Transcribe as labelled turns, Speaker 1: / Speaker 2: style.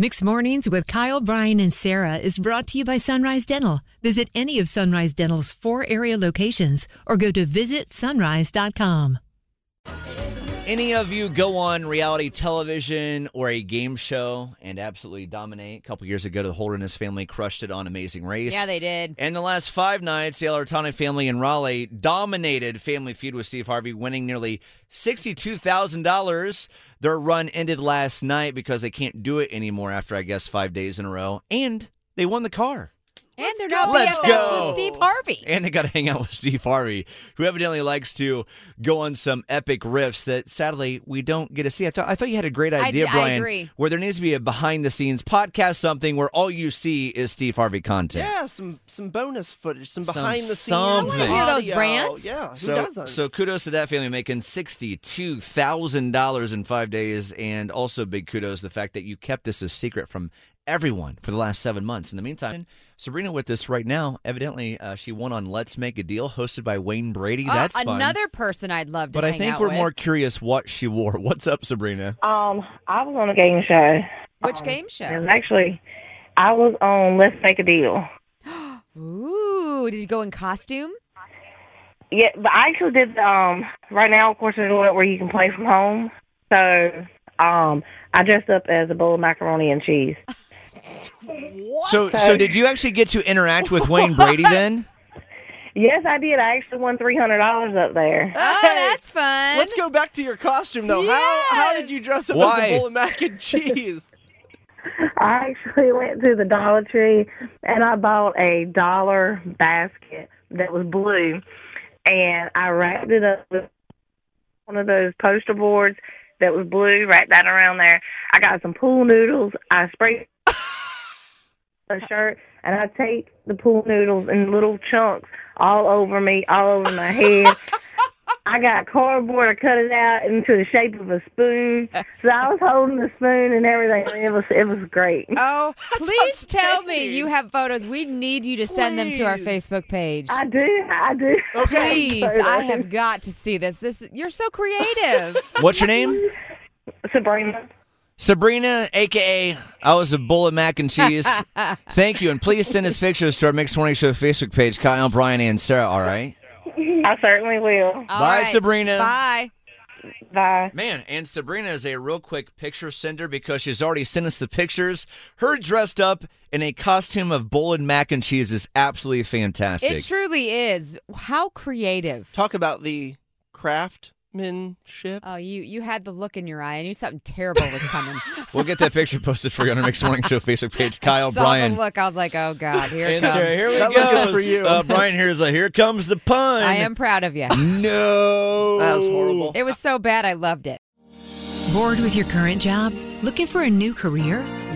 Speaker 1: Mixed Mornings with Kyle, Brian, and Sarah is brought to you by Sunrise Dental. Visit any of Sunrise Dental's four area locations or go to visitsunrise.com.
Speaker 2: Any of you go on reality television or a game show and absolutely dominate? A couple years ago, the Holderness family crushed it on Amazing Race.
Speaker 3: Yeah, they did.
Speaker 2: And the last five nights, the Alartane family in Raleigh dominated Family Feud with Steve Harvey, winning nearly $62,000. Their run ended last night because they can't do it anymore after, I guess, five days in a row. And they won the car.
Speaker 3: and they're not
Speaker 2: Let's
Speaker 3: BFFs
Speaker 2: go.
Speaker 3: with Steve Harvey.
Speaker 2: And they got to hang out with Steve Harvey, who evidently likes to go on some epic riffs that sadly we don't get to see. I thought I thought you had a great idea,
Speaker 3: d- I
Speaker 2: Brian,
Speaker 3: agree.
Speaker 2: where there needs to be a behind the scenes podcast, something where all you see is Steve Harvey content.
Speaker 4: Yeah, some some bonus footage, some
Speaker 2: Some
Speaker 4: behind the scenes.
Speaker 2: something. I wanna
Speaker 3: hear those
Speaker 4: audio.
Speaker 3: rants.
Speaker 4: Yeah, who
Speaker 2: So,
Speaker 4: doesn't?
Speaker 2: so kudos to that family making sixty-two thousand dollars in five days, and also big kudos to the fact that you kept this a secret from everyone for the last seven months. In the meantime, Sabrina with us right now. Evidently, uh, she won on "Let's Make a Deal," hosted by Wayne Brady.
Speaker 3: Uh,
Speaker 2: That's fun.
Speaker 3: another person I'd love to
Speaker 2: But
Speaker 3: hang
Speaker 2: I think
Speaker 3: out
Speaker 2: we're
Speaker 3: with.
Speaker 2: more curious what she wore. What's up, Sabrina?
Speaker 5: Um, I was on a game show.
Speaker 3: Which
Speaker 5: Um,
Speaker 3: game
Speaker 5: It
Speaker 3: show?
Speaker 5: was actually, I was on Let's Make a Deal.
Speaker 3: Ooh, did you go in costume?
Speaker 5: Yeah, but I actually did. the, Um, right now, of course, they're doing it where you can play from home. So, um, I dressed up as a bowl of macaroni and cheese.
Speaker 2: So, so did you actually get to interact with Wayne Brady then?
Speaker 5: Yes, I did. I actually won three hundred dollars up there.
Speaker 3: Oh,
Speaker 4: Hey,
Speaker 3: that's fun.
Speaker 4: Let's go back to your costume though. How how did you dress up as
Speaker 2: Why?
Speaker 4: a bowl of mac and cheese?
Speaker 5: I actually went to the Dollar Tree and I bought a dollar basket that was blue, and I wrapped it up with one of those poster boards that was blue. Wrapped that around there. I got some pool noodles. I sprayed a shirt, and I take the pool noodles in little chunks all over me, all over my head. I got cardboard. I cut it out into the shape of a spoon. So I was holding the spoon and everything. It was it was great.
Speaker 3: Oh, please tell me
Speaker 4: outstanding.
Speaker 3: you have photos. We need you to send them to our
Speaker 4: Please.
Speaker 3: Facebook page.
Speaker 5: I do. I do.
Speaker 3: please,
Speaker 5: Sorry,
Speaker 3: I
Speaker 5: Ryan.
Speaker 3: have got to see this. This you're so creative.
Speaker 2: What's your name?
Speaker 5: Sabrina.
Speaker 2: Sabrina, aka I was a bowl of mac and cheese. Thank you, and please send us pictures to our Mixed Morning Show Facebook page, Kyle, Brian, and Sarah. All right,
Speaker 5: I certainly will.
Speaker 3: All
Speaker 2: Bye,
Speaker 3: right.
Speaker 2: Sabrina.
Speaker 3: Bye.
Speaker 5: Bye.
Speaker 2: man. And Sabrina is a real quick picture sender because she's already sent us the pictures. Her dressed up in a costume of bowl and mac and cheese is absolutely fantastic.
Speaker 3: It truly is. How creative.
Speaker 4: Talk about the craftsmanship.
Speaker 3: Oh, you you had the look in your eye. I knew something terrible was coming.
Speaker 2: We'll get that picture posted for you on our Mixed Morning Show Facebook page, Kyle,
Speaker 3: I saw
Speaker 2: Brian,
Speaker 3: the look. I was like, oh god, here it
Speaker 2: And Sarah,
Speaker 3: comes.
Speaker 2: here we
Speaker 4: That
Speaker 2: go.
Speaker 4: look is for you.
Speaker 2: Uh, Brian here is like, here comes the pun.
Speaker 3: I am proud of you.
Speaker 2: No.
Speaker 4: That was horrible.
Speaker 3: It was so bad, I loved it.
Speaker 1: Bored with your current job? Looking for a new career?